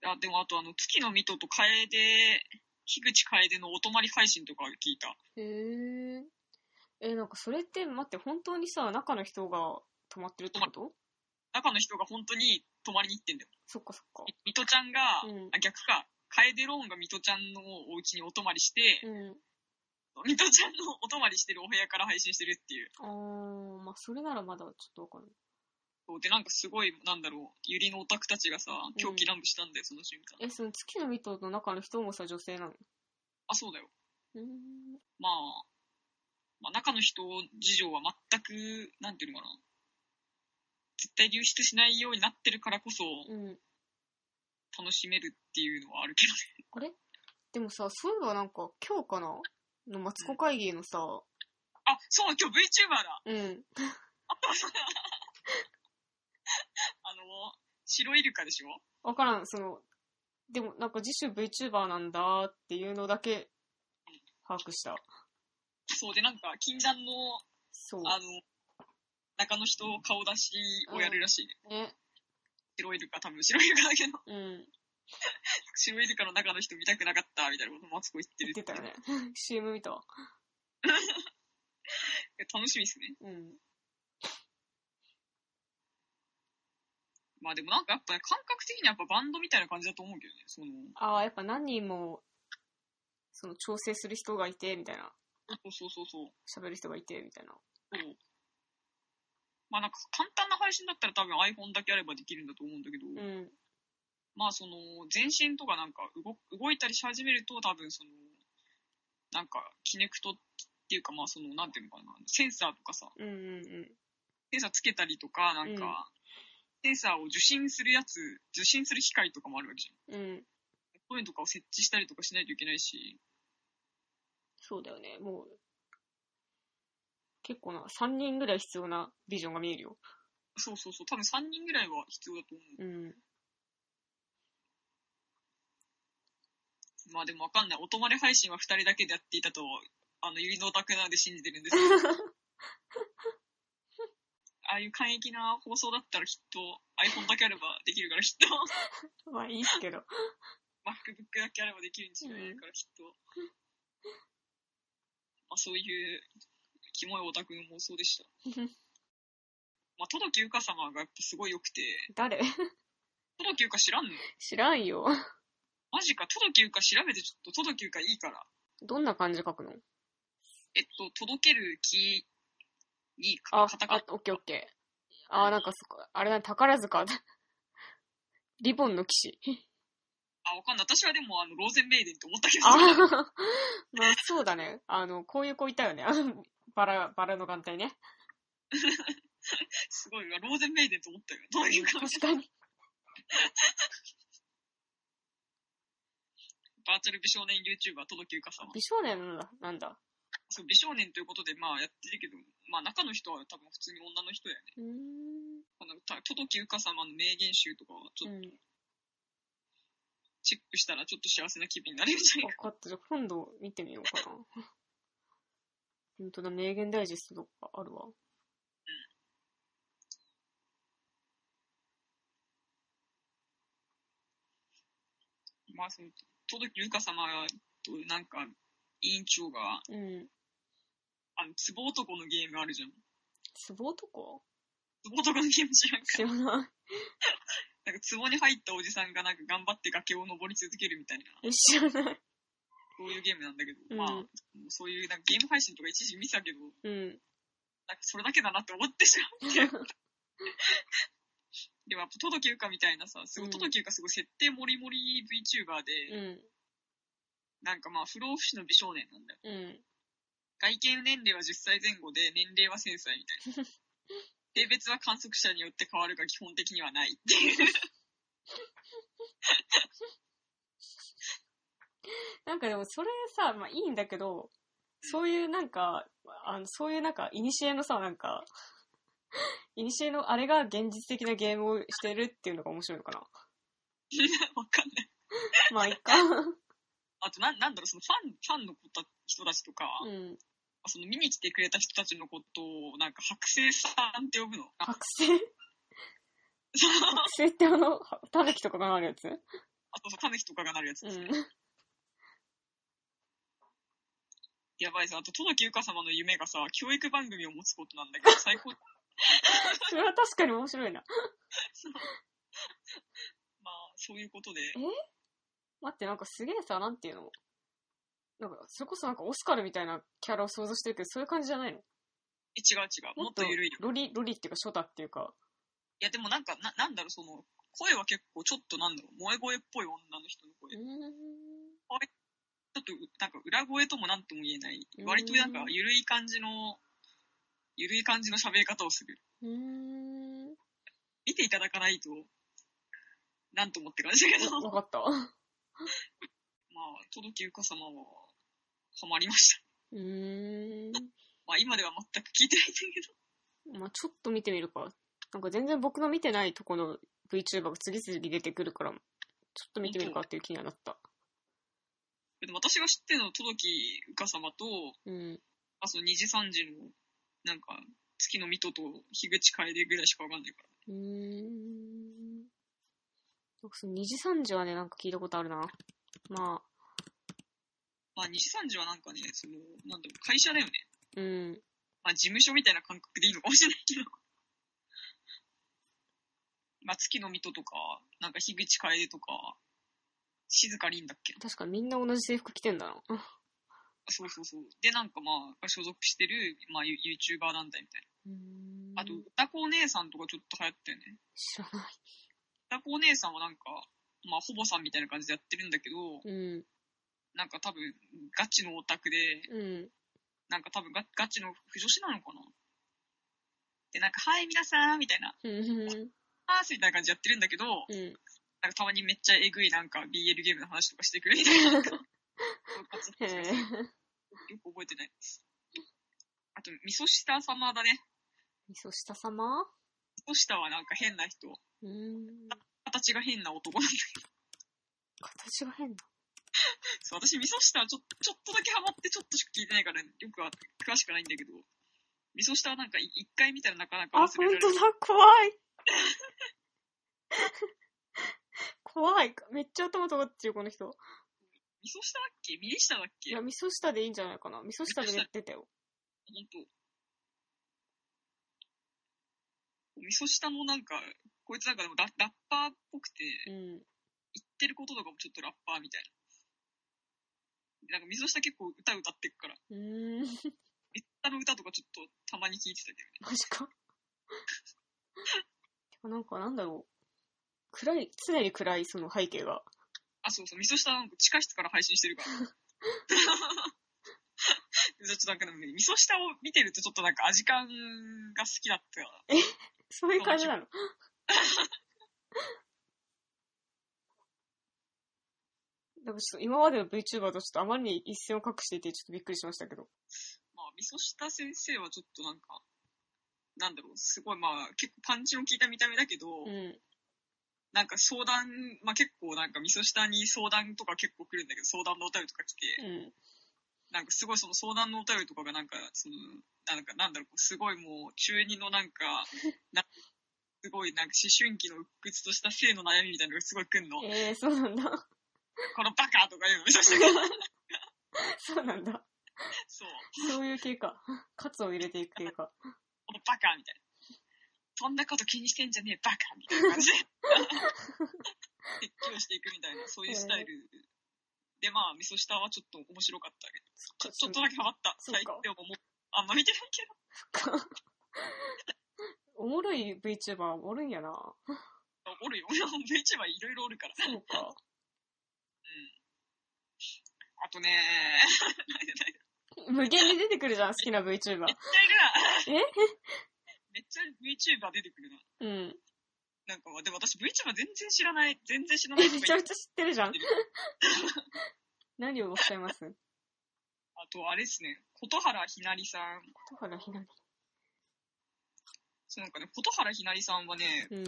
A: あ、でもあとあの、月の水戸と楓、樋口楓のお泊まり配信とか聞いた。
B: へえ。え、なんかそれって、待って、本当にさ、中の人が泊まってるってこと
A: 中の人が本当に泊まりに行ってんだよ。
B: そっかそっか。
A: み水戸ちゃんが、
B: うん
A: あ、逆か。楓ローンが水戸ちゃんのお家にお泊まりして、
B: うん。
A: 水戸ちゃんのお泊まりしてるお部屋から配信してるっていう。
B: あー、まあそれならまだちょっとわかる。
A: そうで、なんかすごい、なんだろう、ゆりのオタクたちがさ、狂気乱舞したんだよ、その瞬間。
B: え、その月の水戸の中の人もさ、女性なの
A: あ、そうだよ。
B: うーん。
A: まあ、まあ、中の人事情は全く、なんていうのかな。絶対流出しないようになってるからこそ、
B: うん。
A: 楽しめるっていうのはあるけどね。
B: あれでもさ、そういえばなんか、今日かなのマツコ会議のさ、
A: あ、そう、今日 VTuber だ。
B: うん。
A: あの、白イルカでしょ
B: わからん、その、でもなんか自主 VTuber なんだっていうのだけ、把握した。
A: そうで、なんか、禁断の、
B: そう。
A: あの、中の人顔出しをやるらしいね。
B: ね。
A: 白イルカ、多分白イルカだけど、
B: うん。
A: 白イルカの中の人見たくなかった、みたいなことマツコ言ってる
B: 言ってたよね。CM 見たわ。
A: いや楽しみですね。
B: うん。
A: まあでもなんかやっぱね、感覚的にはやっぱバンドみたいな感じだと思うけどね。その、
B: ああ、やっぱ何人も、その調整する人がいて、みたいな。
A: そうそうそうそう。
B: 喋る人がいて、みたいな。
A: そうまあなんか簡単な配信だったら多分 iPhone だけあればできるんだと思うんだけど、
B: うん。
A: まあその全身とかなんか動動いたりし始めると多分そのなんかキネクトっていうかまあそのなんていうのかなセンサーとかさ
B: うんうん
A: センサーつけたりとかなんか、
B: うん
A: センサーを受信するやつ受信する機械とかもあるわけじゃん
B: うん。うん。
A: そういうのとかを設置したりとかしないといけないし
B: そうだよね。もう、結構な、3人ぐらい必要なビジョンが見えるよ。
A: そうそうそう多分3人ぐらいは必要だと思う
B: うん。
A: まあでもわかんない。お泊まり配信は二人だけでやっていたと、あの、ゆりのオタクなんで信じてるんですけど。ああいう簡易な放送だったらきっと iPhone だけあればできるからきっと
B: まあいいっすけど。
A: MacBook だけあればできるに違いないからきっと、まあ、そういうキモいオタクの妄想でしたまあ戸木優香様がやっぱすごい良くて
B: 誰
A: 戸木優香知らんの
B: 知らんよ。
A: マジか戸木優香調べてちょっと戸木優香いいから
B: どんな感じ書くの
A: えっと届ける気に
B: あ
A: か、カタカ
B: あ
A: ナ、
B: オッケーオッケー。あー、なんかそこ、あれだね、宝塚。リボンの騎士。
A: あわかんない私はでもあのローゼンメイデンと思ったけど
B: あー まあそうだね。あの、こういう子いたよね。 あのバラ、バラの眼帯ね。
A: すごいわローゼンメイデンと思ったよどういう感じ
B: 確かに。
A: バーチャル美少年 YouTuber 届きゆかさんは
B: 美少年なんだ。なんだ。
A: そう美少年ということでまあやってるけどまあ中の人は多分普通に女の人やね
B: うーん。
A: このた届きゆか様の名言集とかはち
B: う
A: ょっと
B: ん。
A: チェックしたらちょっと幸せな気分になれるんじゃない
B: 分
A: か
B: かった。じゃあ今度見てみようかな。本当だ、名言ダイジェストとかあるわ。
A: まあその届きゆか様となんか委員長が
B: うん。
A: あの壺男のゲームあるじゃん
B: ツボとか
A: 壺男のゲーム知らんか
B: 知らない。
A: なんか壺に入ったおじさんがなんか頑張って崖を登り続けるみたいな
B: え知らない。
A: そういうゲームなんだけど、
B: うん
A: まあそういうなんかゲーム配信とか一時見てたけど
B: うん。
A: なんかそれだけだなって思ってしま って。でもやっぱ、トドキウカみたいなさ、すご
B: う
A: い、
B: ん
A: トドキウカすごい設定もりもり VTuber
B: う
A: で、
B: ん。
A: なんかまあ、不老不死の美少年なんだよ。
B: うん。
A: 外見年齢は10歳前後で、年齢は1000歳みた いな。性別は観測者によって変わるが基本的にはないっていう。
B: なんかでもそれさ、まあいいんだけど、そういうなんか、あの、そういうなんか、いにしえのさ、なんか、いにしえのあれが現実的なゲームをしてるっていうのが面白いのかな。
A: わかんない。
B: まあいいか。
A: あとなん、なんだろう、そのファン、ファンの子た人たちとか、
B: うん。
A: その見に来てくれた人たちのことを、なんか、白星さんって呼ぶの。あ
B: 覚醒覚醒ってあの、たぬきとかがあるやつ
A: あと、タヌキとかがなるやつ
B: う
A: ですね。
B: ん。
A: やばいさ、あと、戸崎ゆか様の夢がさ、教育番組を持つことなんだけど、最高。
B: それは確かに面白いな。
A: まあ、そういうことで。
B: 待って、なんかすげえさ、なんていうのなんか、それこそなんかオスカルみたいなキャラを想像してるけど、そういう感じじゃないの
A: え違う違う。もっと緩いよ。
B: ロリ、ロリっていうか、ショタっていうか、
A: いや、でもなんか、な、なんだろう、その、声は結構、ちょっとなんだろう、萌え声っぽい女の人の声。ちょっと、なんか、裏声ともなんとも言えない。
B: うん
A: 割となんか、緩い感じの、緩い感じの喋り方をする。
B: うーん。
A: 見ていただかないと、なんともって感じだけど。
B: わかった。
A: まあ、戸崎ゆか様は、ハマりました。
B: うーん。
A: まあ、今では全く聞いてないんだけど。
B: まあちょっと見てみるか。なんか全然僕の見てないとこの VTuber が次々出てくるから、ちょっと見てみるかっていう気にはなった。
A: でも私が知ってるのは、戸崎ゆか様と、
B: うん。
A: あ、そう、二時三時の、なんか、月の水戸と樋口楓ぐらいしかわかんないから。
B: うーん。僕その2時3時はね、なんか聞いたことあるな。まあ、
A: まあ、二時三時はなんかね、その、なんだろう、会社だよね。
B: うん。
A: まあ、事務所みたいな感覚でいいのかもしれないけど。 まあ、月の水戸とか、なんか樋口楓とか、静かりんだっけ
B: 確かみんな同じ制服着てんだな。
A: そうそうそう。で、なんかまあ、所属してる、まあ、ユ YouTuber 団体みたい
B: うん
A: な。あと、歌子お姉さんとかちょっと流行ったよね。
B: 知らない。
A: 歌子お姉さんはなんか、まあ、ほぼさんみたいな感じでやってるんだけど、
B: うん。
A: なんか多分、ガチのオタクで、
B: うん。
A: なんか多分ガガチの不女子なのかなで、なんか、はい、皆さんみたいな、
B: うん。
A: あーすみたいな感じでやってるんだけど、
B: うん。
A: なんかたまにめっちゃえぐいなんか BL ゲームの話とかしてくるみたいな。なんか そういう感じ
B: へ
A: で
B: え
A: す。よく覚えてないです。あと、味噌下様だね。
B: 味噌下様
A: 味噌下はなんか変な人。
B: うん。
A: 形が変な男なんだけ
B: 形が変だ。
A: ど、そう私味噌下はちょっとちょっとだけハマってちょっとしか聞いてないから、よくは詳しくないんだけど、味噌下はなんか一回見たらなかなか
B: あ、
A: 忘
B: 本
A: れられ
B: 当
A: ない。
B: だ、怖い。 怖い。めっちゃ頭尖ってる、この人。
A: 味噌下だっけ右下だっ
B: い
A: け
B: や、
A: 本
B: 味噌下でいいんじゃないかな。味噌下でね出たよ。
A: 当味噌下もなんか、こいつなんかでもララッパーっぽくて、
B: う
A: 言
B: ん。
A: ってることとかもちょっとラッパーみたいな。なんか水下結構歌歌ってくから、
B: うーん、
A: めったの歌とかちょっとたまに聞いてたけどね。
B: マジか。 なんか、なんだろう。暗い、常に暗い、その背景が。
A: あ、そうそう、水下なんか地下室から配信してる から。ちょっとなんかでもね、味噌下を見てるとちょっとなんか味感が好きだったから。
B: そういう感じな の。でもちょっと今までの VTuber とちょっとあまりに一線を隠していてちょっとびっくりしましたけど。
A: まあ、味噌下先生はちょっとなんか、なんだろう、すごいまあ、結構パンチの効いた見た目だけど、
B: うん。
A: なんか相談、まあ結構なんか味噌下に相談とか結構来るんだけど、相談のお便りとか来て、
B: うん。
A: なんかすごいその相談のお便りとかがなんか、その、なんかなんだろう、すごいもう中二のなんか、 なすごいなんか思春期の鬱屈とした性の悩みみたいなのがすごい来んの。 こ
B: ええー、そうなんだ。
A: のバカとか言うの、そして
B: そうなんだ。
A: そう、
B: そういう系 か。カツを入れていく系か。
A: このバカみたいな。そんなこと気にしてんじゃねえ、バカみたいな感じで。説教していくみたいな、そういうスタイル。で、まあ、味噌下はちょっと面白かったけど、ちょちょっとだけハマった。
B: そっ
A: 最
B: か
A: 近でももう、あんま見てないけど。
B: おもろい VTuber おるんやな。
A: おるよ、 俺は VTuber いろいろおるから。
B: そうか。
A: あとねー、
B: 無限に出てく るじゃん、好きな VTuber。
A: めっちゃいるな
B: え
A: めっちゃ VTuber 出てくるな。
B: うん。
A: なんか、でも私 VTuber 全然知らない、全然知らな
B: め
A: い
B: ち
A: 人
B: ゃ
A: が
B: め
A: い
B: ちゃ
A: る。
B: 知ってるじゃ ん。何をおっしゃいます
A: あと、あれですね、琴原ひなりさん。
B: だからひなり。
A: そうなんかね、琴原ひなりさんはね、
B: うん。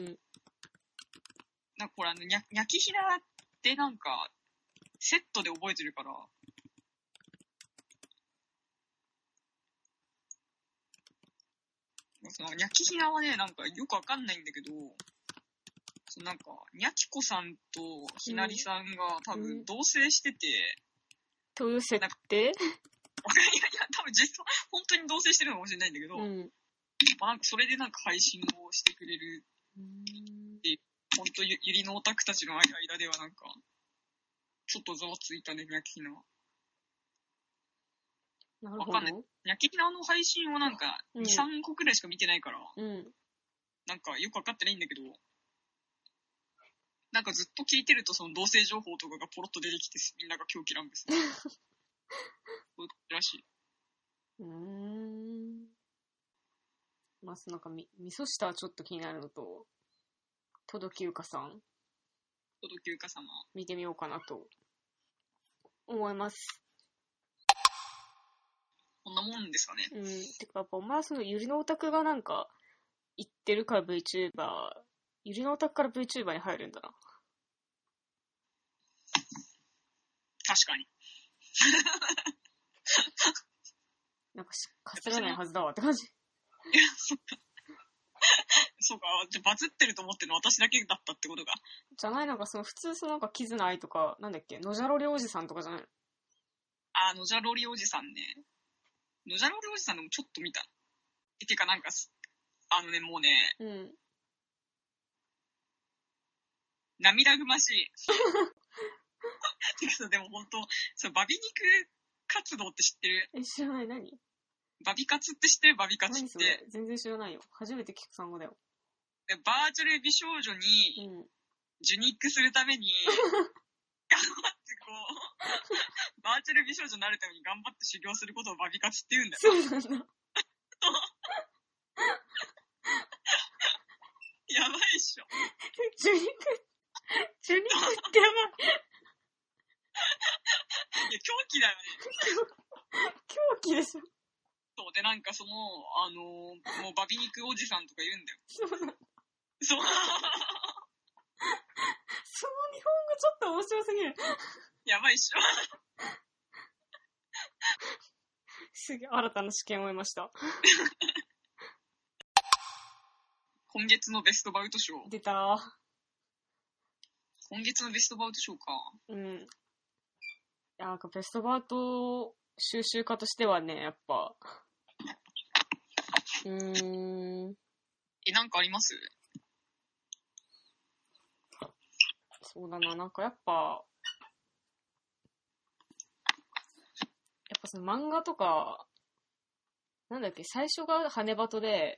A: なんかこれあの、にゃ、にゃきひらってなんか、セットで覚えてるから。その、にゃきひらはね、なんかよくわかんないんだけど、そのなんか、にゃきこさんとひなりさんが多
B: うん
A: 分同棲してて、
B: という設定
A: いやいや、多分実際、本当に同棲してるのかもしれないんだけど、
B: うん。
A: まあなんかそれでなんか配信をしてくれる本当ゆ、ゆりのオタクたちの間ではなんか、ちょっとざわついたね、ニャキヒナは。
B: なるほ
A: わかんない
B: ど。
A: ニャキヒナの配信をなんか、
B: うん
A: 2、3個くらいしか見てないから、
B: うん。
A: なんかよくわかってないんだけど、なんかずっと聞いてるとその同性情報とかがポロッと出てきて、みんなが狂気乱舞する。そうらしい。
B: うーん。まずなんかみ、味噌下はちょっと気になるのと、とどきうかさん、
A: とどきゅうか様。
B: 見てみようかなと、思います。
A: こんなもんですかね。
B: うん。てか、やっぱお前はそのゆりのオタクがなんか、言ってるから VTuber、ゆりのオタクから VTuber に入るんだな。
A: 確かに。
B: なんかし、かすらないはずだわって感じ。
A: そうか、じゃあバズってると思ってるの私だけだったってことが。
B: じゃないなんかその普通そのなんかキズナアイとか、なんだっけ、のじゃろりおじさんとかじゃないの
A: あー、のじゃろりおじさんね。のじゃろりおじさんでもちょっと見た。えてかなんかす、あのね、もうね、
B: うん。
A: 涙ぐましい。てかさ、でも本当そう、バビ肉活動って知ってる
B: え、知らない何
A: バビ活って知ってるバビ活っ
B: 何
A: て
B: そ。れ全然知らないよ。初めて聞く単語だよ。
A: でバーチャル美少女
B: う
A: に
B: ん。
A: 受肉するために、頑張ってこう、バーチャル美少女になるために頑張って修行することをバビ活って言うんだよ。
B: そうなんだ。
A: やばいっしょ。
B: ジュニク、ジュニクってやばい。
A: いや、狂気だよね。
B: 狂気でしょ。
A: そう、で、なんかその、あのーもうバビ肉おじさんとか言うんだよ。
B: そうなんだ。
A: そう。
B: その日本語ちょっと面白すぎる。
A: やばいっしょ。
B: すげえ、新たな試験を得ました。
A: 今月のベストバウト賞。
B: 出た
A: 今月のベストバウト賞か。
B: うん。いや、なんかベストバート収集家としてはね、やっぱ。うーん、
A: え、なんかあります
B: そうだな、なんかやっぱ、やっぱその漫画とか、なんだっけ、最初が羽バトで、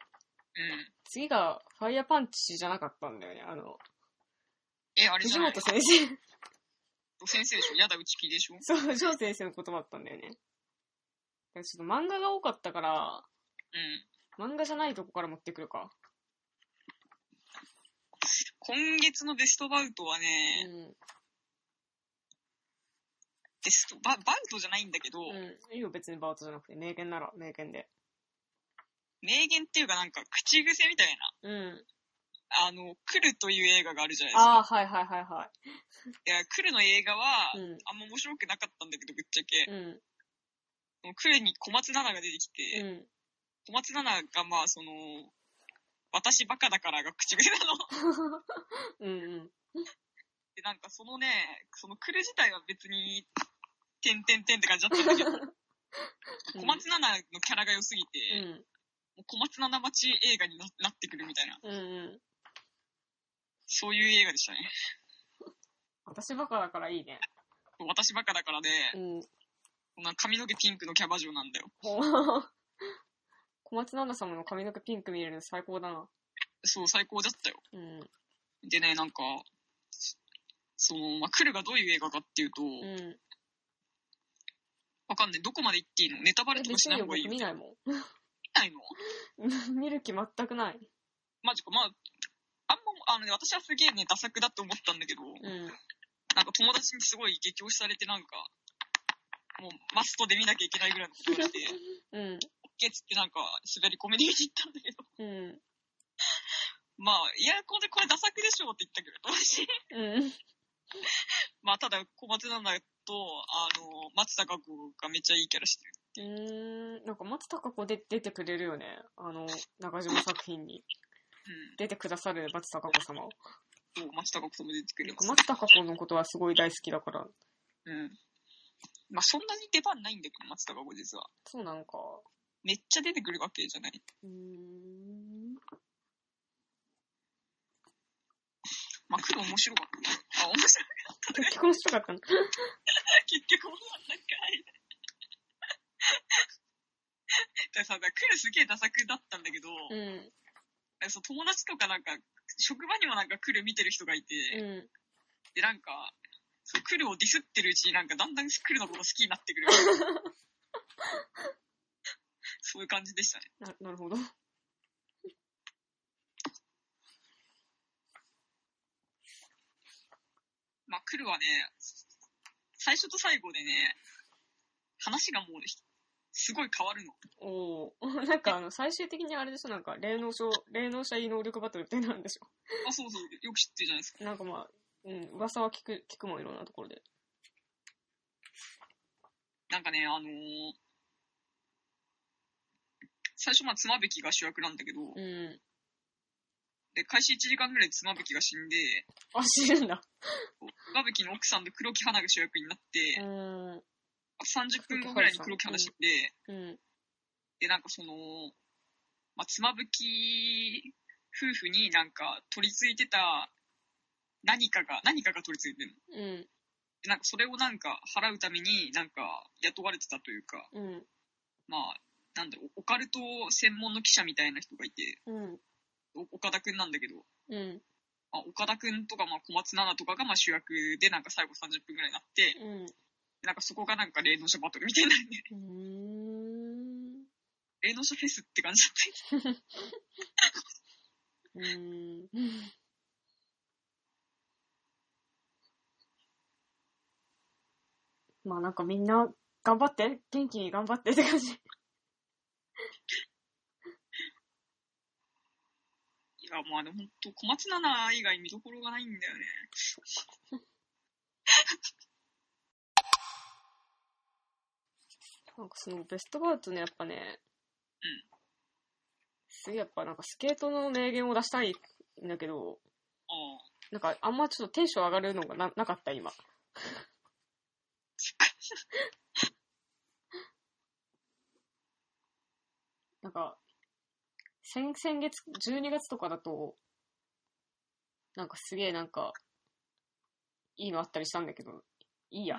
A: うん。
B: 次がファイヤーパンチじゃなかったんだよね。あの、
A: え、あれじ
B: 藤
A: ゃな
B: 本
A: い
B: 先生、
A: 先生でしょやだ、打ち切りでしょ
B: そう、ジョー先生の言葉だったんだよね。だからちょっと漫画が多かったから、
A: うん。
B: 漫画じゃないとこから持ってくるか。
A: 今月のベストバウトはね、
B: う
A: ベストバ、バウトじゃないんだけど、
B: ん。うん。いいよ、別にバートじゃなくて、名言なら、名言で。
A: 名言っていうかなんか口癖みたい
B: うん。
A: な、あの、来るという映画があるじゃないですか。
B: ああ、はいはいはいはい
A: や、来るの映画は、
B: い。うん。
A: あんま面白くなかったんだけど、ぶっちゃけ。
B: うん。
A: その来るに小松菜奈が出てきて、
B: うん。
A: 小松菜奈がまあ、その、私バカだからが口癖なの。
B: うんうん。
A: で、なんかそのね、その来る自体は別に、てんてんてんって感じだったんだけど、小松菜奈のキャラが良すぎて、
B: うん。
A: もう小松菜奈町映画にななってくるみたいな、
B: うんうん。
A: そういう映画でしたね。
B: 私バカだからいいね。
A: 私バカだからで、
B: うん。
A: こんな髪の毛ピンクのキャバ嬢なんだよ。
B: ほう小松菜奈様の髪の毛ピンク見れるの最高だな。
A: そう、最高だったよ。
B: うん。
A: でね、なんか、その、まあ、来るがどういう映画かっていうと、
B: うん。
A: わかんない。どこまで行っていいのネタバレとかし
B: 別
A: ない
B: に
A: 方がいい
B: 僕
A: よ。
B: 見ないも
A: 見ないの
B: ん。見る気全くない。
A: マジか、まあ、あんま、あのね、私はすげえね、ダ作だって思ったんだけど、
B: うん。
A: なんか友達にすごい激推しされてなんか、もうマストで見なきゃいけないぐらいのことをして、
B: うん。
A: ゲッツってなんか滑り込みで見に行ったんだけど、
B: うん。
A: まあ、いや、これ、これダ作でしょって言ったけど、私。
B: うん。
A: まあ、ただ、小松菜奈と、あの、松たか子がめっちゃいいキャラしてる。
B: うーん、なんか松たか子で出てくれるよね。あの、中島作品に。出てくださる松たか子様。
A: うん。そう、松たか子も出てくる。
B: 僕松たか子のことはすごい大好きだから。
A: うん。まあ、そんなに出番ないんだけど、松たか子実は。
B: そうなんか。
A: めっちゃ出てくるわけじゃない。
B: うーん。
A: まあ、来る面白かった。あ、面白い。
B: 結婚したかったの。
A: 結局面白か ったんかい。だからさ、だから来るすげえダ作だったんだけど、
B: うん。
A: そう友達とかなんか、職場にもなんか来る見てる人がいて、
B: う
A: で、なんか、そう、クルをディスってるうちになんかだんだんクルのこと好きになってくる。 そういう感じでしたね。
B: ん。ななるほど。
A: まあ、クルはね、最初と最後でね、話がもう、すごい変わるの。
B: おお。 なんかあの、最終的にあれでしょなんか、霊能者、霊能者異能力バトルみたいになるんでしょ
A: あ、そうそう、よく知ってるじゃないですか。
B: なんかまあ、うん、噂は聞く、聞くもんいろんなところで。
A: なんかね、あのー最初まあ、妻夫木が主役なんだけど、
B: うん。
A: で、開始1時間ぐらいで妻夫木が死んで、
B: あ、知るんだ。
A: 妻夫木の奥さんと黒木花が主役になって、
B: うん。
A: 30分後ぐらいに黒木花死んで、
B: うん。
A: で、なんかその、まあ、妻夫木夫婦になんか取り付いてた何かが、何かが取り付いてるの。
B: うん。
A: で、なんかそれをなんか払うためになんか雇われてたというか、
B: うん。
A: まあ、なんだろう、オカルト専門の記者みたいな人がいて、
B: うん。
A: お岡田くんなんだけど、
B: うん。
A: まあ、岡田くんとかまあ小松菜奈とかがまあ主役でなんか最後30分ぐらいになって、で
B: うん。
A: なんかそこがなんか霊能者バトルみたいな、
B: うーん。
A: 霊能者フェスって感じだった。
B: うーん。 まあなんかみんな頑張って元気に頑張ってって感じ。
A: いや、まあでも本当小松菜奈以外見どころがないんだよね。
B: なんかそのベストバウトね、やっぱね、すげえやっぱなんかスケートの名言を出したいんだけど、
A: ああ。
B: なんかあんまちょっとテンション上がるのがななかった、今。 なんか、先、先月、12月とかだと、なんかすげえなんか、いいのあったりしたんだけど、いいや。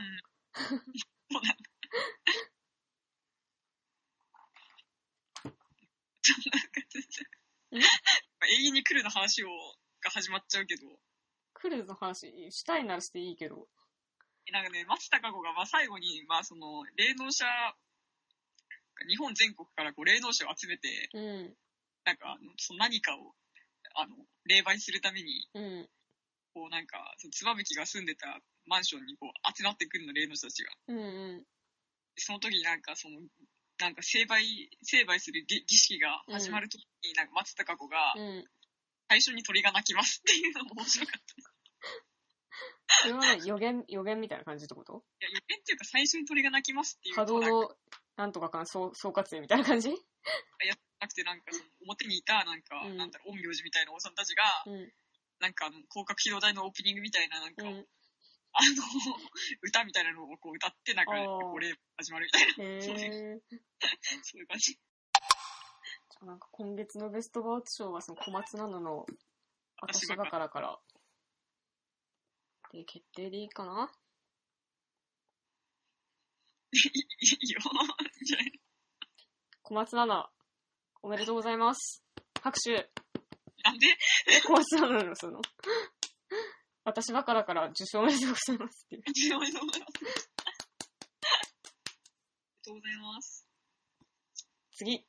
A: なんか永遠に来るの話をが始まっちゃうけど、
B: クルーズの話したいならしていいけど。
A: なんかね、松たか子がまあ最後に、まあその、霊能者、日本全国からこう霊能者を集めて、
B: うん、
A: なんか、その何かを、あの、霊媒するために、
B: うん、
A: こうなんか、その妻夫木が住んでたマンションにこう集まってくるの、霊能者たちが。
B: うん、うん。
A: その時になんかその、なんか成敗、成敗する儀儀式が始まる時に、なんか松たか子が、
B: うん。
A: 最初に鳥が鳴きますっていうのも面白かった。
B: それはね、予言、予言みたいな感じってこと
A: い や、予言っていうか最初に鳥が鳴きますっていう
B: 波動
A: なんか
B: の、なんとかかん、総総括みたいな感じ
A: やってなくて、なんかその表にいた、なんか、
B: うん
A: なんだろう、陰陽師みたいなおばさんたちが、
B: うん、
A: なんかあの、広角機動隊のオープニングみたいな、なんか、
B: う
A: あ
B: ん
A: の、。 歌みたいなのをこう歌って、なんか、
B: あー
A: これ始まるみたいな、
B: へ
A: そうね
B: え。
A: そういう感じ。
B: じゃあなんか今月のベストバウト賞はその小松菜奈の
A: 私
B: 私
A: が
B: だからから。で、決定でいいかない
A: いいいよ、みたい
B: 小松菜奈、おめでとうございます。拍手。
A: な。なんで
B: え、小松菜奈のその、 私だからから受賞おめでとうございます っていう。
A: おめでとうございます。ありがとうございます。
B: 次。